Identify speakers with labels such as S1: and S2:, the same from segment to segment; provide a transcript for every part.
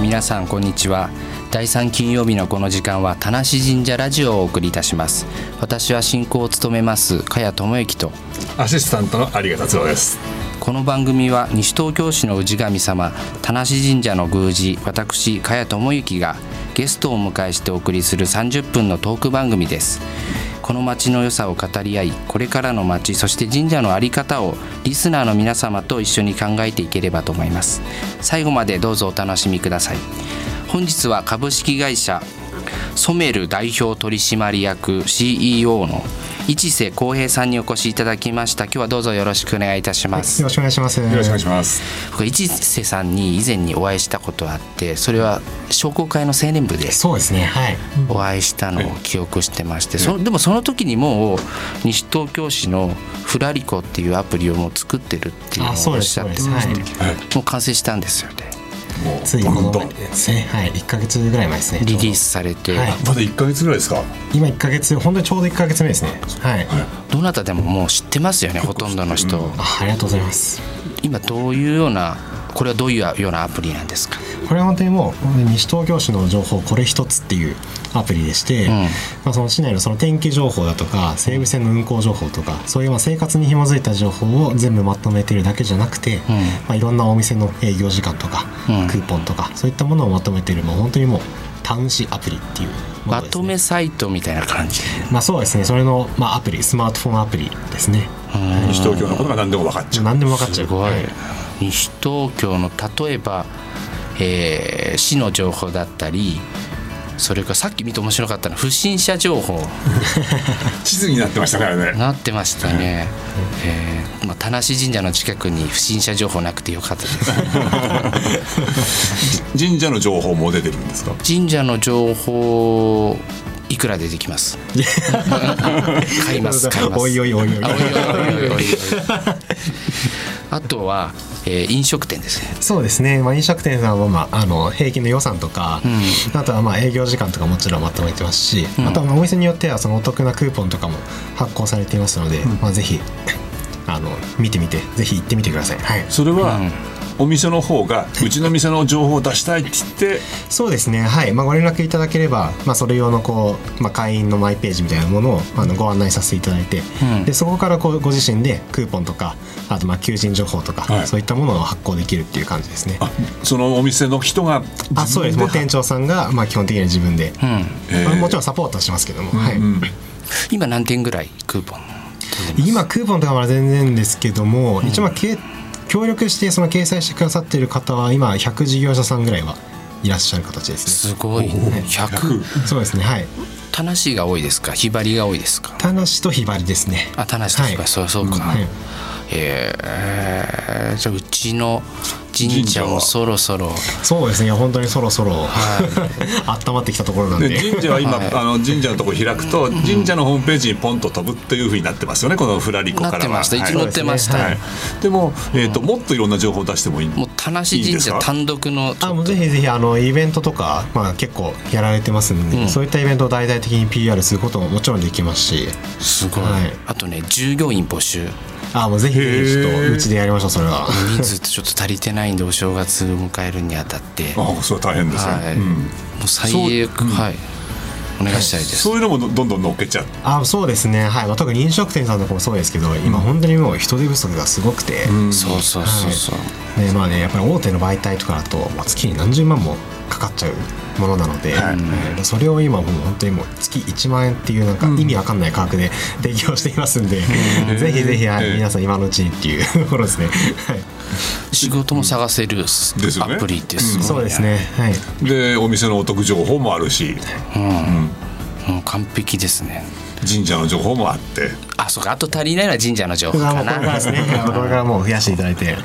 S1: 皆さんこんにちは第3金曜日のこの時間は田無神社ラジオをお送りいたします私は進行を務めます加谷智之と
S2: アシスタントの有賀達郎です。
S1: この番組は西東京市の氏神様田無神社の宮司私加谷智之がゲストをお迎えしてお送りする30分のトーク番組ですこの町の良さを語り合いこれからの町そして神社の在り方をリスナーの皆様と一緒に考えていければと思います最後までどうぞお楽しみください本日は株式会社ソメル代表取締役 CEO の一瀬康平さんにお越しいただきました今日はどうぞよろしくお願いいたします
S3: よろしくお願いします。よ
S2: よろしくお願いします。
S1: 僕一瀬さんに以前にお会いしたことがあってそれは商工会の青年部で
S3: そうですね。はい。
S1: お会いしたのを記憶してましてそでもその時にもう西東京市のフラリコっていうアプリをもう作ってるっていうのを
S3: あ、そ
S1: お
S3: う
S1: っ
S3: です。
S1: し
S3: そ
S1: ゃ
S3: う
S1: って
S3: です。はい。
S1: もう完成したんですよね
S2: も
S3: ついこ
S2: ほ
S3: の
S2: んと
S3: 前ですね。はい。一ヶ月ぐらい前ですね。
S1: リリースされて、
S3: はい
S2: まだ1ヶ月ぐらいですか。
S3: 今一ヶ月、本当にちょうど一ヶ月目ですね。はい。
S1: どなたでももう知ってますよねほとんどの人、
S3: あ、ありがとうございます。
S1: 今どういうようなこれはどういうようなアプリなんですか
S3: これは本当にもう西東京市の情報これ一つっていうアプリでして、
S1: ん
S3: まあ、その市内のその天気情報だとか西武線の運行情報とかそういうまあ生活に紐づいた情報を全部まとめてるだけじゃなくて、まあ、いろんなお店の営業時間とか、
S1: うん
S3: クーポンとかそういったものをまとめてるもう本当にもうタウン市アプリっていうもの
S1: ま
S3: ですね
S1: とめサイトみたいな感じ
S3: まあそうですねそれの、まあ、アプリスマートフォンアプリですね
S2: 西東京のことが何でも分かっちゃう。
S3: 何でも分かっちゃ
S1: す
S3: う
S1: ごい
S3: はい
S1: 西東京の例えば、えー市の情報だったりそれからさっき見て面白かったのは不審者情報
S2: 地図になってましたからね。
S1: なってましたね、えーまあ、田無神社の近くに不審者情報なくてよかったです
S2: 神社の情報も出てるんですか。
S1: 神社の情報いくら出てきます 買います買います
S3: おいおいおいおい
S1: あおいおいおいおいおいあとは、えー飲食店ですね
S3: そうですね、まあ、飲食店さんは、まあ、あの平均の予算とか、あとはまあ営業時間とかもちろんまとめてますし、あとはまあお店によってはそのお得なクーポンとかも発行されていますので、まあ、ぜひあの見てみてぜひ行ってみてください、はい、
S2: それは、お店の方がうちの店の情報を出したいって言って
S3: そうですねはい、まあ、ご連絡いただければ、まあ、それ用のこう、まあ、会員のマイページみたいなものをあのご案内させていただいて、
S1: うん
S3: でそこからこうご自身でクーポンとかあとまあ求人情報とか、
S2: はい
S3: そういったものを発行できるっていう感じですね。
S2: あそのお店の人が
S3: あそうですもう店長さんが、まあ、基本的には自分で、
S2: えー
S3: まあもちろんサポートはしますけども、はい
S2: うん
S1: 今何点ぐらいクーポン
S3: 今クーポンとかまだ全然ですけども、一応まあけ協力してその掲載してくださってる方は今100事業者さんぐらいはいらっしゃる形ですね。
S1: すごいね100
S3: そうですねはい。
S1: 田無が多いですかひばりが多いですか
S3: 田無とひばりですね。
S1: あ田無とひば
S3: は
S1: り
S3: い
S1: そうそうか、
S3: はい
S1: えーじゃあうちの神社も
S2: 神社は
S1: そろそろ
S3: そうですねいや本当にそろそろ、 温まってきたところなんで
S2: で神社は今、あの神社のとこ開くと神社のホームページにポンと飛ぶっていうふうになってますよねこのフラリコ
S1: な
S2: か
S1: って
S2: らは
S1: ましたい
S2: は
S1: つ
S2: い
S1: 載ってました、
S3: そう
S2: はい、でも、えーともっといろんな情報を出してもいい
S1: もう田無
S2: いいで
S1: 神
S2: す
S1: 社
S2: か
S1: 単独の
S3: あもうぜひぜひあのイベントとか、まあ、結構やられてますんで、そういったイベントを大々的に PR することももちろんできますし
S1: すごい、
S3: はい
S1: あとね従業員募集
S3: あもうぜひぜひちょっ
S2: へー
S3: とうちでやりましょうそれは。
S1: 人数ちょっと足りてないんでお正月を迎えるにあたって
S2: ああそれは大変ですね、
S1: はい、
S2: うん
S1: もう最悪、はいお願いしたいです
S2: そういうのもどんどん乗っけちゃう
S3: あそうですね、はいまあ、特に飲食店さんとかもそうですけど今本当にもう人手不足がすごくて、
S1: そうそうそうそう、
S3: ねまあね、やっぱり大手の媒体とかだと、まあ、月に何十万もかかっちゃうものなので、
S2: はい
S3: はいそれを今もう本当にもう月1万円っていうなんか意味わかんない価格で 提供していますんで、 ぜひぜひ、はい
S2: ええ
S3: 皆さん今のうちにっていうところですね、はい、
S1: 仕事も探せるす
S2: ですよね
S1: アプリってすごい、ね
S3: そうですね、はい、
S2: でお店のお得情報もあるし
S1: もう完璧ですね
S2: 神社の情報もあって
S1: あそうかあと足りないのは神社の情報
S3: これはも
S1: か
S3: うこれから
S1: な
S3: ですねはいこれからもう増やしていただいて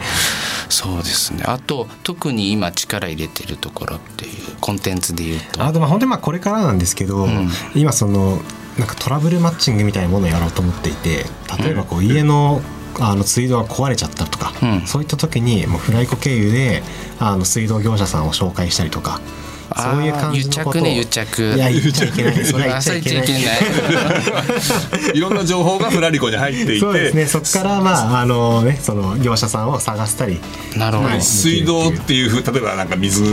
S1: そうですねあと特に今力入れてるところっていうコンテンツで言うと
S3: あとまあ本当にまあこれからなんですけど、今そのなんかトラブルマッチングみたいなものをやろうと思っていて例えばこう家の,、あの水道が壊れちゃったとか、
S1: うん
S3: そういった時にもうフライコ経由であの水道業者さんを紹介したりとか。
S1: あー
S3: そういう感じのことを
S1: 癒着ね癒着
S3: いや言っちゃいけないそれは言
S1: あ
S3: っち
S1: そ
S3: ゃ
S1: れ
S3: い
S1: 言
S3: け
S1: っ
S3: な
S1: ちゃい
S3: い
S1: けない
S2: いろんな情報がフラリコに入っていて
S3: そうですねそこからまああのねその業者さんを探したり
S1: なるほど、
S3: はい
S2: 水道っていうふう例えばなんか水ロ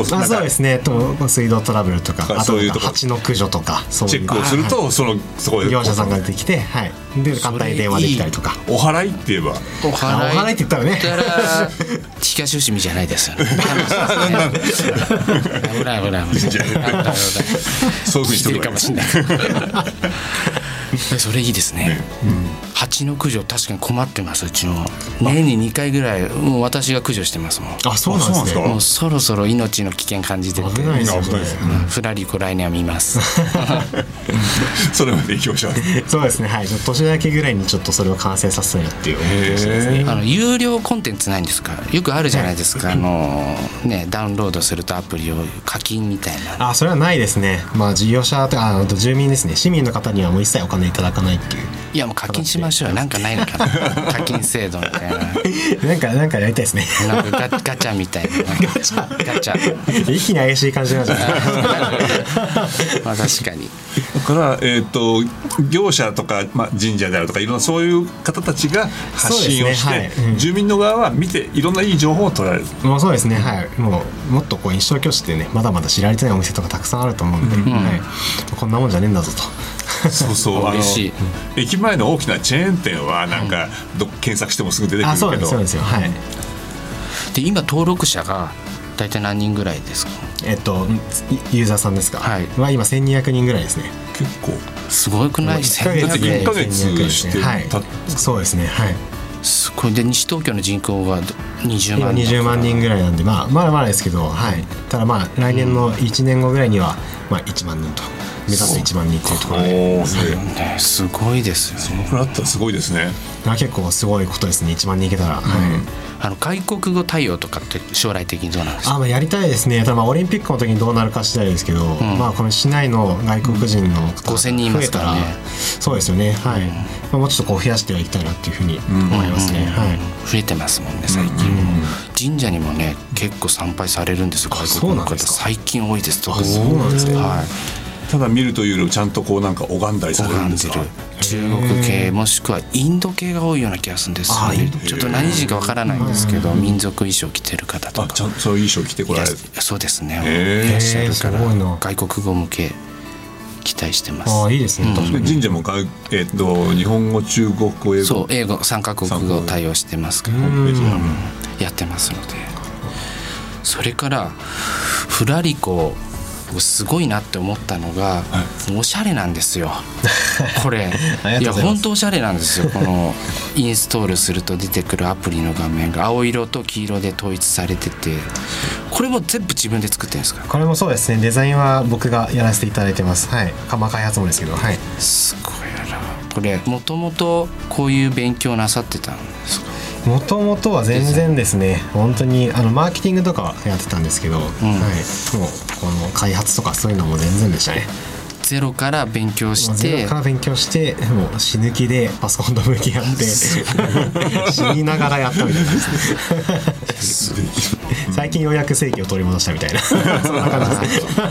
S2: ース
S3: あ
S2: なんか
S3: そうですねと水道トラブルとか
S2: あ
S3: あと
S2: そういう
S3: なん
S2: と
S3: か
S2: こ
S3: 蜂の駆除とかそういう
S2: チェックをする
S3: はい
S2: とそのそこで
S3: 業者さんが出てきてはいで簡単に電話できたりとか
S2: お払いって言えば
S1: お払い
S3: あお祓いって言ったらね
S1: だら東伏見じゃないですよね。危ない危ない危ない危ない危ない危ない。
S2: そういう
S1: 生
S2: ふうに
S1: き
S2: してと
S1: る
S2: け
S1: か
S2: ばいい
S1: も しれない。それいいですね。蜂の駆除確かに困ってますうちの年に二回ぐらいもう私が駆除してますもん。
S3: あそうなんです
S2: あそう
S3: ね
S2: なん
S1: もうそろそろ命の危険感じてて
S3: 危ないですよ
S2: 危ないです
S3: ね
S1: フラリコ来年は見ます。
S2: それまで行きましょう
S3: そうですねはいちょっと年明けぐらいにちょっとそれを完成させたいなっていう思ってましたですね
S1: あの有料コンテンツないんですかよくあるじゃないですか、あのねダウンロードするとアプリを課金みたいな
S3: あそれはないですねまあ事業者とかああと住民ですね市民の方にはもう一切お金いただかないっていう
S1: いやもう課金しましょうよなんかないのかな課金制度みたいな
S3: なんか、なんかやりたいですね。
S1: なんかガガチャみたいなガチャガチャ
S3: 一気に怪しい感じになっちゃった。
S1: まあ確かに
S2: だから、えー、と業者とか、まあ、神社であるとかいろんなそういう方たちが発信をし
S3: そう
S2: て、
S3: ですねはいうん
S2: 住民の側は見ていろんないい情報を取られる
S3: もうそう ですね、はい、もう、もっとこう印象教師ってね、まだまだ知られてないお店とかたくさんあると思うんで。はい、こんなもんじゃねえんだぞと。
S2: そうそうあの
S1: 嬉しい
S2: 駅前の大きなチェーン店はなんか、ど検索してもすぐ出てくる
S3: あ、そう
S2: け
S3: なんで
S2: ど
S3: す、そうなんですよ、はい。
S1: で今登録者が大体何人ぐらいですか
S3: えっと、ユーザーさんですか。
S1: はい
S3: は今千二百人ぐらいですね。
S2: 結構
S1: すごくない
S3: 一ヶ月
S2: だって
S1: 1200
S2: 一ヶ
S1: 人
S2: 月
S3: 1200
S2: して
S3: はい
S2: た。
S3: そうですね、はい。
S1: すごいで西東京の人口が20
S3: 今
S1: 万
S3: 二
S1: 人
S3: 十万人ぐらいなんで、まあ、まだまだですけど、はい。ただ、まあ、来年の一年後ぐらいには、まあ、一万人と。目指す一万人っていうところで。
S2: おおそれこ
S1: ねすごいですよね
S2: のくらいあったらすごいですね
S3: まあ結構すごいことですね、一万人いけたら。はい。
S1: あの外国語対応とかって将来的にどうなんですか
S3: あまあやりたいですねただまあオリンピックの時にどうなるか次第ですけど、まあこの市内の外国人の方
S1: 5000人いますからね
S3: 増えたそうですよねはい、まあ、もうちょっとこう増やしてはいきたいなっていうふうに思いますね、はい
S1: 増えてますもんね最近、神社にもね結構参拝されるんですよ
S3: あ
S1: 外国の
S3: そうなん
S1: 方
S3: ですか
S1: 最近多いですとか
S3: そうなんですね
S1: はい
S2: ただ見るというよりもちゃんとこうなんか拝んだりされるん
S1: 拝ん
S2: です
S1: でる
S2: か
S1: 中国系もしくはインド系が多いような気がするんですよ
S3: あイ
S1: ね
S3: ンド
S1: ちょっと何人かわからないんですけど民族衣装着てる方と
S2: あ
S1: か
S2: ちゃんとそういう衣装着てこられる
S1: いやそうですね
S2: へー
S1: いらっしゃるから
S3: すごいな
S1: 外国語向け期待してます
S3: ああいいですね、確か
S2: で
S3: に
S2: 神社も外、えっと日本語中国語英
S1: そう
S2: 語
S1: 英語三カ国語対応してますから
S2: ホーム ページが
S1: やってますのでそれからフラリコすごいなって思ったのが、おしゃれなんです よこれ
S3: ありがとうござい
S1: や
S3: ます
S1: 本当おしゃれなんですよこのインストールすると出てくるアプリの画面が青色と黄色で統一されててこれも全部自分で作ってるんですか
S3: これもそうですねデザインは僕がやらせていただいてますはい釜開発もですけどはい
S1: すごいなこれもともとこういう勉強なさってたんですか
S3: もともとは全然ですね本当にあのマーケティングとかやってたんですけど、はいもうこの開発とかそういうのも全然でしたね
S1: ゼロから勉強し
S3: ゼ
S1: て
S3: ロから勉強してもう死ぬ気でパソコンと向き合って 死にながらやったみたいな 最近ようやく正規を取り戻したみたいなそんな感じです
S2: もう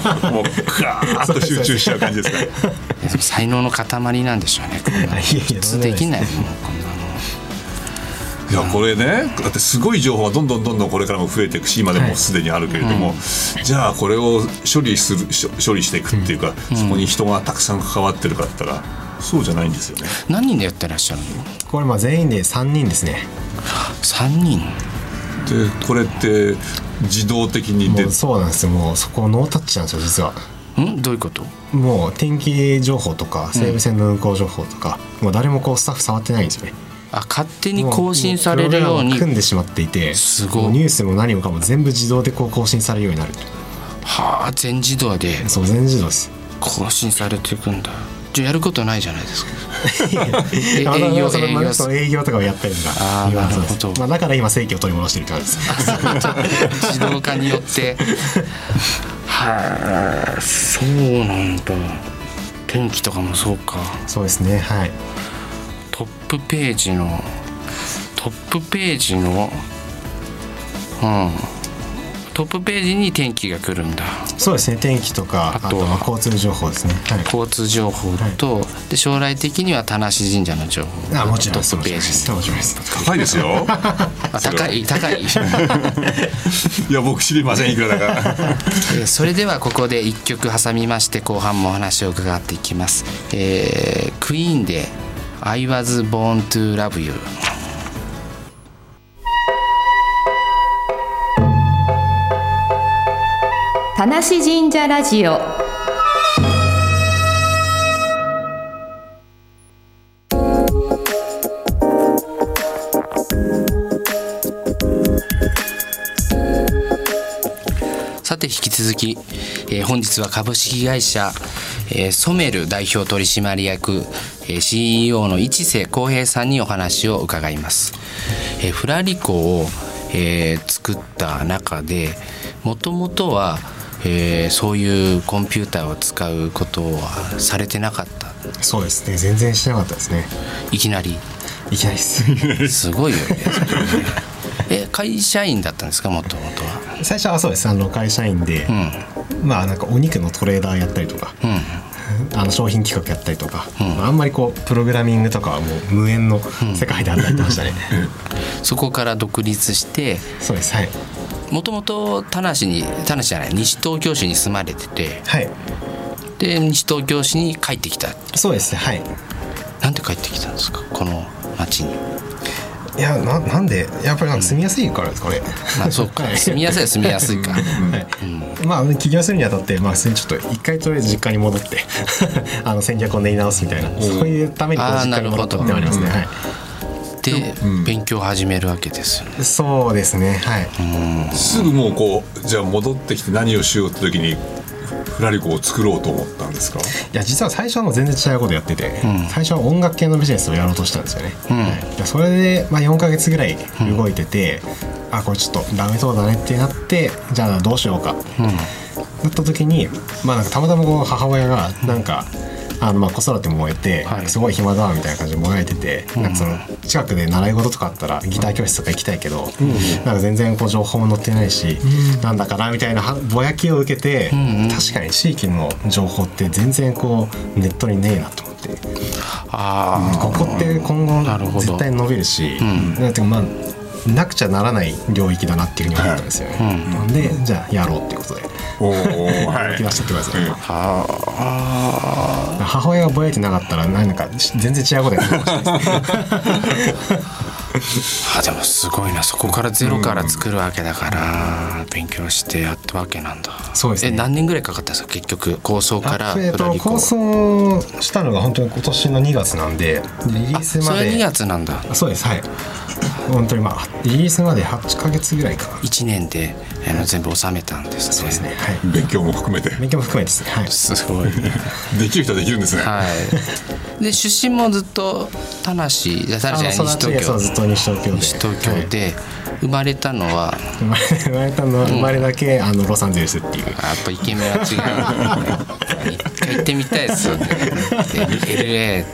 S2: ガーッと集中しちゃう感じですかね
S1: いやでも才能の塊なんでしょうねこんなの
S3: いや いや
S1: 普通できないもんこんなの
S2: いやこれねだってすごい情報がどんどんどんどんこれからも増えていくし今でもすでにあるけれども、じゃあこれを処理するしょ処理していくっていうか、そこに人がたくさん関わってるかって言ったらそうじゃないんですよね。
S1: 何人でやってらっしゃるの
S3: これまあ全員で3人ですね
S1: 三人
S2: でこれって自動的に
S3: も
S2: で
S3: うそうなんですよもうそこノータッチなんですよ実は
S1: んどういうこと
S3: もう天気情報とか西武線の運行情報とか、もう誰もこうスタッフ触ってないんですよね
S1: あ勝手に更新されるよう
S3: もプログラム
S1: に
S3: を組んでしまっていて
S1: すごい
S3: もうニュースも何もかも全部自動でこう更新されるようになる
S1: はあ全自動で
S3: そう全自動です
S1: 更新されていくんだじゃあやることないじゃないですかえ
S3: 営
S1: 営業
S3: その
S1: 営業
S3: そう営業とかをやったりとか
S1: あー
S3: 今そうです
S1: なるほど
S3: まあ、だから今正規を取り戻してるって感じです
S1: 自動化によってはあそうなんだ天気とかもそうか
S3: そうですねはい
S1: トップページのトップページのうんトップページに天気が来るんだ
S3: そうですね天気とか
S1: あ
S3: あ
S1: と
S3: と
S1: は
S3: は交通情報ですね、はい、
S1: 交通情報と、で将来的には田無神社の情報
S3: あもちろん
S1: ト
S3: です
S1: ッ
S3: も
S1: プ
S3: ち
S1: ペー
S3: ろんで
S1: ジ
S3: すもちろんです
S2: 高いですよ
S1: あ高い高い
S2: いや僕知りませんいくらだから
S1: えー それではここで1曲挟みまして後半もお話を伺っていきます、えー、クイーンで「I was born to love you」
S4: 田無神社ラジオ
S1: さて引き続き、えー本日は株式会社、えーソメル代表取締役、えー CEO の市瀬康平さんにお話を伺います、えーフラリコを、えー作った中でもともとは、えーそういうコンピューターを使うことはされてなかった
S3: そうですね全然してなかったですね
S1: いきなり
S3: いきなりです
S1: すごいよね。え会社員だったんですかもともとは。
S3: 最初はそうですあの会社員で、まあなんかお肉のトレーダーやったりとか、あの商品企画やったりとか、まああんまりこうプログラミングとかはもう無縁の世界で働いてましたね、
S1: そこから独立して
S3: そうですはい
S1: もともと田無に田無じゃない西東京市に住まれてて
S3: はい
S1: で西東京市に帰ってきた
S3: そうですねはい
S1: なんで帰ってきたんですかこの町に。
S3: いやななんでやっぱりなんか住みやすいからですかね
S1: ま あそうか
S3: はい
S1: 住みやすいは住みやすい か。
S3: まあ起業するにあたって、まあ、それにちょっと一回とりあえず実家に戻って あの戦略を練り直すみたいな、そういうためにこ
S1: あ
S3: う
S1: ー
S3: 実家に戻ったってのはありますね、はい
S1: で勉強を始めるわけですよね。
S3: そうですねはい、
S2: すぐもうこうじゃあ戻ってきて何をしようって時にフラリコを作ろうと思ったんですか
S3: いや実は最初はもう全然違うことやってて、最初は音楽系のビジネスをやろうとしたんですよね、はいでそれで、まあ、4ヶ月ぐらい動いてて、あこれちょっとダメそうだねってなってじゃあどうしようか、なった時に、まあ、なんかたまたまこう母親がなんか、あのまあ子育ても終えて、
S1: はい
S3: すごい暇だみたいな感じでもがいてて、なんかその近くで習い事とかあったらギター教室とか行きたいけど、なんか全然こう情報も載ってないし、なんだかなみたいなはぼやきを受けて、確かに地域の情報って全然こうネットにねえなと思って、
S1: ああ
S3: ここって今
S1: なるほど
S3: 後絶対伸びるし、なんていうかまあなくちゃならない領域だなっていうふうに思ったんですよね。なんでじゃあやろうっていうことで。
S2: おーは
S3: 動き出したってことですね
S1: あ
S3: 母親がぼやいてなかったらなんか全然違うことやってたかもしれないですね
S1: ーあでもすごいなそこからゼロから作るわけだから勉強してやったわけなんだ。
S3: そうですね
S1: え何年ぐらいかかったんですか結局構想から
S3: えっ
S1: フラ
S3: と
S1: リコ
S3: 構想したのが本当に今年の2月なんでリリース
S1: そ
S3: ま
S1: れ2
S3: で
S1: 月なんだ
S3: あそうですはい本当にまあリリースまで8ヶ月ぐらいか
S1: 1年であの全部収めたんですね
S3: そうですねはい
S2: い勉強も含めて
S3: 勉強も含めてですねはい
S1: すごい
S2: できる人はできるんですね、
S1: はい で出身もずっと田無じゃ田無じゃない
S3: あの
S1: 西
S3: 育ちが
S1: 東
S3: そうずっ
S1: 京
S3: と西東京で
S1: 西東京
S3: はい
S1: で生まれたのは
S3: 生まれ生まれたのは生まれだけあのロサンゼルス っていう
S1: あやっぱイケメンは違う一回行ってみたいですよね LA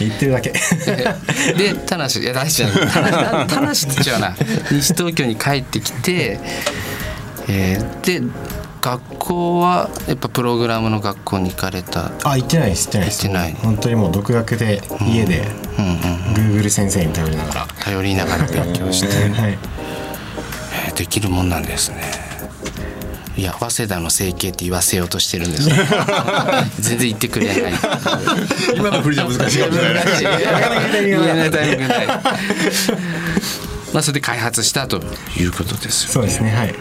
S3: 言ってる だけ
S1: で田無いや田無じゃない田無田無って違うな西東京に帰ってきて、えーで学校はやっぱプログラムの学校に行かれた
S3: あ行ってないです行ってないです
S1: 行ってない
S3: 本当にもう独学で家で Google 先生に頼りながら
S1: 頼りながら勉強して、
S3: はい
S1: えーできるもんなんですねいや早稲田の整形って言わせようとしてるん ですけど全然言ってくれない
S2: 今の振りじゃ難しいかもしれない
S1: いや
S3: なかなか言えない
S1: 言えないタイミングないまあそれで開発したということですよ
S3: そうですねはい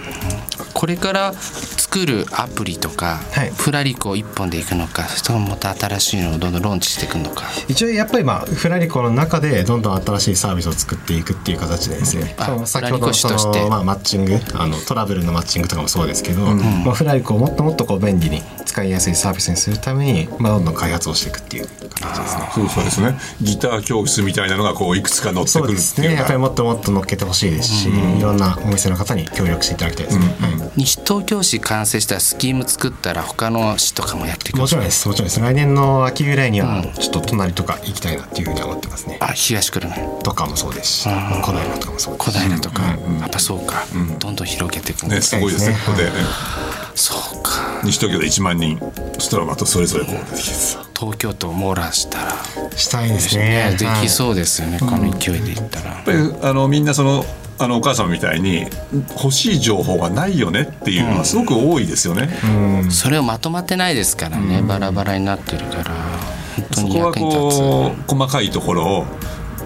S1: これから作るアプリとか、
S3: はい
S1: フラリコ一本でいくのかそれともまた新しいのをどんどんローンチしていくのか
S3: 一応やっぱりまあフラリコの中でどんどん新しいサービスを作っていくっていう形でですね
S1: あ
S3: その先ほどのそ
S1: フラリコ主として
S3: の、まあ、マッチングあのトラブルのマッチングとかもそうですけど、まあ、フラリコをもっともっとこう便利に使使いやすいサービスにするために、まあ、どんどん開発をしていくっていう形ですね。
S2: そうそうですね。ギター教室みたいなのがこういくつか載って
S3: そう
S2: くる
S3: で
S2: っ
S3: す
S2: ていう
S3: ね。
S2: の
S3: やっぱり
S2: が。
S3: もっともっと乗っけてほしいですし、いろんなお店の方に協力していただきたいですね。はい
S1: 西東京市完成したスキーム作ったら他の市とかもやってくる
S3: もちろんです、もちろんです。来年の秋ぐらいには、ちょっと隣とか行きたいなっていうふうには思ってますね。
S1: あ東久留米
S3: とかもそうですし、
S1: ん
S3: 小平とかもそうです
S1: 小
S3: し。
S1: 平とか、やっぱそうか、どんどん広げていくん
S2: ね、
S1: です
S2: ごいですね。こ
S3: そう
S2: こ
S3: で
S2: で、
S3: すね
S1: そうか
S2: 西東京で1万人、そしたらまたそれぞれこう出てきてさ
S1: 東京都を網羅したら、
S3: したいですね。
S1: で
S3: はい
S1: きそうですよね、この勢いでいったら、
S2: やっぱりあのみんなそのあのお母さんみたいに欲しい情報がないよねっていうのはすごく多いですよね。
S1: それをまとまってないですからね、バラバラになってるから本当
S2: そ
S1: に
S2: こは
S1: 役に立つ
S2: こう細かいところを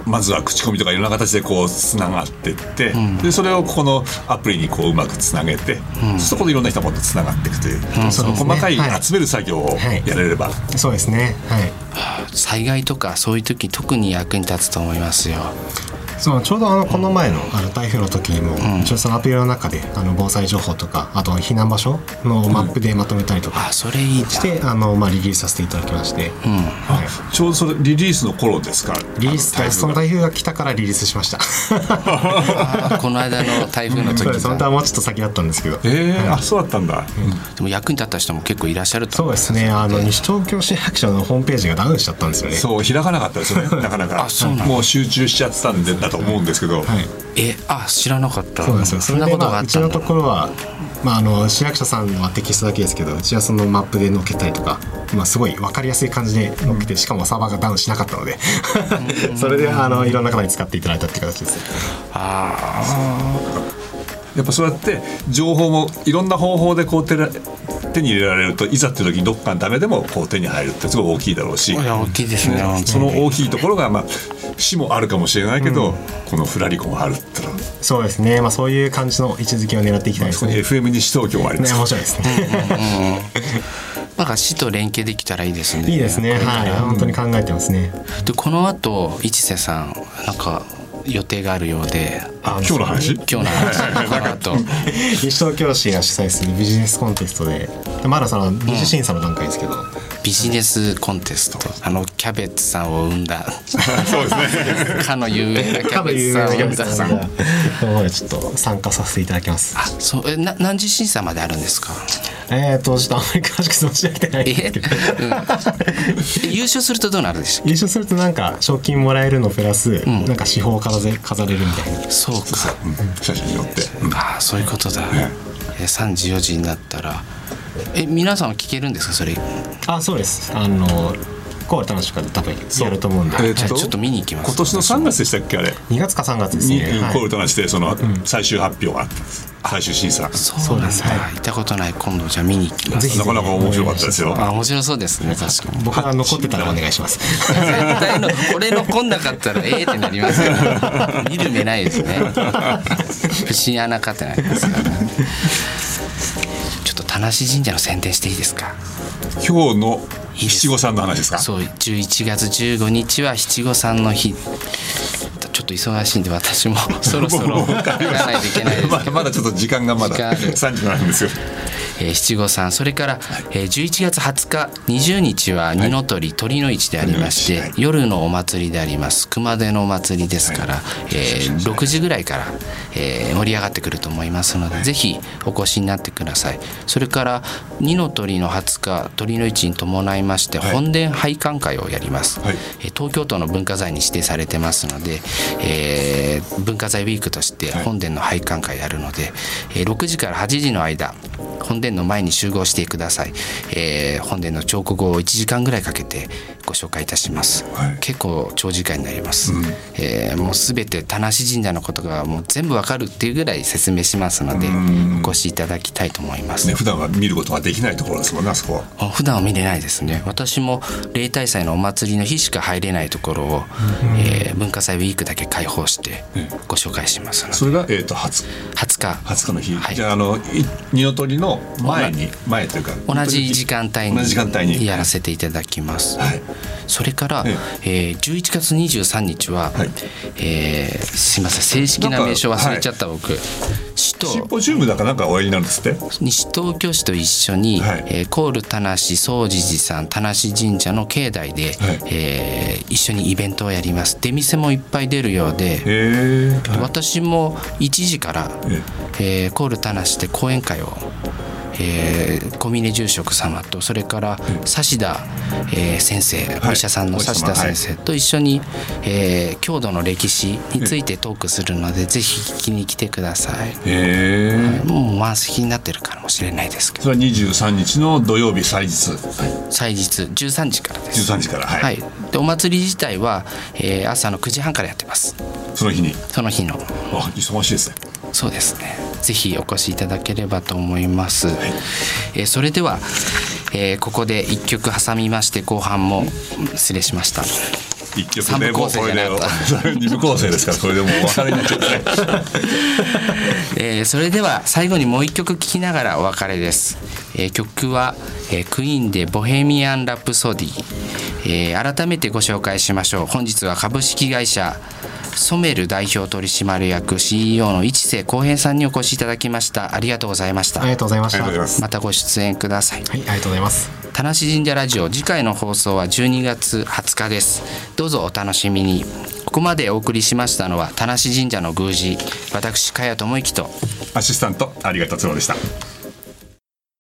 S2: まずは口コミとかいろんな形でこうつながってって、でそれをここのアプリにこううまくつなげて、そこでいろんな人がもっとつながっていくという、その
S3: そうです
S2: 細
S3: ね
S2: かい
S3: はい
S2: 集める作業を
S3: はい
S2: やれれば、
S3: そうですね。はい。
S1: 災害とかそういう時特に役に立つと思いますよ
S3: そのちょうどあのこの前のあの台風の時にも、ちょうどそのアプリの中であの防災情報とかあと避難場所のマップでまとめたりとか
S1: あそれいいじ
S3: し て、あのまあ、リリースさせていただきまして、は
S2: ちょうどそれリリースの頃ですか
S3: い、リリース
S2: あの
S3: その台風が来たからリリースしました
S1: ゃんこの間の台風の時
S3: そうです本当
S1: だ
S3: はもうちょっと先だったんですけど、
S2: えーあそうだったんだ、
S1: でも役に立った人も結構いらっしゃると
S3: そう
S1: 思
S3: ですねあの西東京市役所のホームページがダウンしちゃったんですよね
S2: そう開かなかったですよねなかなかもう集中しちゃってたんでだと思うんですけど、
S3: はい
S1: えあ知らなかった
S3: そうなんですよそ
S1: ん
S3: れ
S1: な
S3: で
S1: こと
S3: ま
S1: が
S3: あ
S1: あっ
S3: うち
S1: たん
S3: の
S1: だ
S3: ところは、まあ、あの市役所さんはテキストだけですけどうちはそのマップで載っけたりとか、まあ、すごい分かりやすい感じで載っけて、しかもサーバーがダウンしなかったので それであのいろんな方に使っていただいたって形です
S1: あ
S2: やっぱそうやって情報もいろんな方法でこう手ら手に入れられるといざっていう時にどっかのためでもこう手に入るってすごい大きいだろうし
S1: ーいや大きいですね本当に
S2: その大きいところがまあ死もあるかもしれないけど、このフラリコもあるってのは
S3: そうですね、まあ、そういう感じの位置づけを狙っていきたいで
S2: そ
S3: す
S2: こに
S3: ね
S2: FM 西東京もありま
S3: ね
S2: す、
S3: 面白いですね
S1: なんか市と連携できたらいいですね
S3: いいですねはい本当に考えてますね
S1: でこの後一瀬さんなんか予定があるようで
S3: あ
S2: 今日の話
S1: 今日の 話この後
S3: 西東京市が主催するビジネスコンテストでまだその二次審査の段階ですけど、
S1: ビジネスコンテストあのキャベツさんを生んだ
S2: そうですね
S1: かの有名なキャベツさんを生んださん
S3: がちょっと参加させていただきます
S1: あそうえな何次審査まであるんですか
S3: えーとちょっとあんまり詳しく存じ上げて ないんです
S1: え、
S3: けど
S1: うん、優勝するとどうなるんでしょ
S3: 優勝するとなんか賞金もらえるのプラス、なんか四方飾れ飾れるみたいな
S1: うそうか
S2: うん写真によって、うん
S1: ああそういうことだ、え3時4時になったらえ皆さんは聞けるんですかそれ
S3: あそうですあのコール楽しかった多分やると思うんで
S2: えー
S1: じゃあちょっと見に行きます
S2: 今年の3月でしたっけあれ
S3: 2月か3月です
S2: に、
S3: ね、はい
S2: コールとなしてその最終発表があったんです最終審査
S1: そうなんだ、
S3: そうですは
S1: 行ったことない今度じゃあ見に行きます
S3: ぜひ
S2: なかなか面白かったですよ
S1: あ面白そうですね確かに
S3: 僕が残ってたらお願いします
S1: 絶対の俺残んなかったらええってなりますよ 見る目ないですね不審穴かってなりますから、ね、ちょっと田無神社の宣伝していいですか
S2: 今日
S1: い
S2: の
S1: いです
S2: 七五三の話ですか
S1: そう11月15日は七五三の日ちょっと忙しいんで私もそろそろ行かないといけないですけど
S2: まだまだちょっと時間がまだ
S1: 時間ある
S2: 3時なんですよ。
S1: えー七五三それから、えー11月20日20日は二の鳥、鳥の市でありまして、
S2: 鳥の市
S1: 夜のお祭りであります熊手のお祭りですから、えー6時ぐらいから、えー盛り上がってくると思いますので、ぜひお越しになってくださいそれから二の鳥の20日鳥の市に伴いまして、本殿拝観会をやります、
S2: はい
S1: えー東京都の文化財に指定されてますので、えー文化財ウィークとして本殿の拝観会やるので、えー6時から8時の間本殿の前に集合してください、えー本殿の彫刻を1時間ぐらいかけてご紹介いたします、
S2: はい
S1: 結構長時間になります、えーもう全て田無神社のことがもう全部わかるっていうぐらい説明しますのでお越しいただきたいと思います、
S2: ね普段は見ることができないところですもんねあそこは。
S1: あ普段は見れないですね私も例大祭のお祭りの日しか入れないところを、えー文化祭ウィークだけ開放してご紹介しますので
S2: それがえっと20
S1: 20日
S2: 20日の日
S1: はい
S2: じゃああのい二の鳥の前に前というか
S1: 同じ時間帯
S2: 同じ時間帯に
S1: にやらせていただきます、
S2: はい
S1: それから、
S2: え
S1: えー、11月23日は、
S2: はい
S1: えーすいません正式な名称忘れちゃった僕、市
S2: シン
S1: と
S2: ポジウムだかなんかおやりになるんですって
S1: 西東京市と一緒に、
S2: はい
S1: えーコール田無総持寺さん田無神社の境内で、
S2: はい
S1: えー一緒にイベントをやります出店もいっぱい出るようで、
S2: へえ
S1: 私も1時から、
S2: え
S1: えーコール田無で講演会を、えー小峰住職様とそれから指田、えー先生、
S2: は
S1: お
S2: い
S1: 医者さんの
S2: お医者
S1: 指
S2: 様
S1: 田先生と一緒に、えー郷土の歴史についてトークするので、ぜひ聞きに来てください。
S2: へえ
S1: もう満席になってるかもしれないですけど
S2: それは23日の土曜日祭日
S1: 祭日13時からです
S2: 13時からはい、
S1: はい、でお祭り自体は、えー朝の9時半からやってます
S2: その日に
S1: その日の
S2: あ忙しいですね
S1: そうですね。ぜひお越しいただければと思います。えーそれでは、えーここで一曲挟みまして後半も失礼しました。
S2: 一曲
S1: 三
S2: ね
S1: 部構成
S2: もうこれで
S1: じゃなかった
S2: それ二部構成ですからそれでもうお別れになっちゃうね
S1: えーそれでは最後にもう一曲聴きながらお別れです、えー曲は、えークイーンで「ボヘミアン・ラプソディ」えー改めてご紹介しましょう本日は株式会社ソメル代表取締役 CEO の市瀬浩平さんにお越しいただきましたありがとうございました
S3: ありがとうございまし
S2: ありが
S3: た
S2: とうございま
S3: は
S2: す
S1: またご出演ください
S3: いありがとうございます
S1: 田無神社ラジオ次回の放送は12月20日ですどうぞお楽しみにここまでお送りしましたのは田無神社の宮司私茅智之と
S2: アシスタントありがとうつぼでした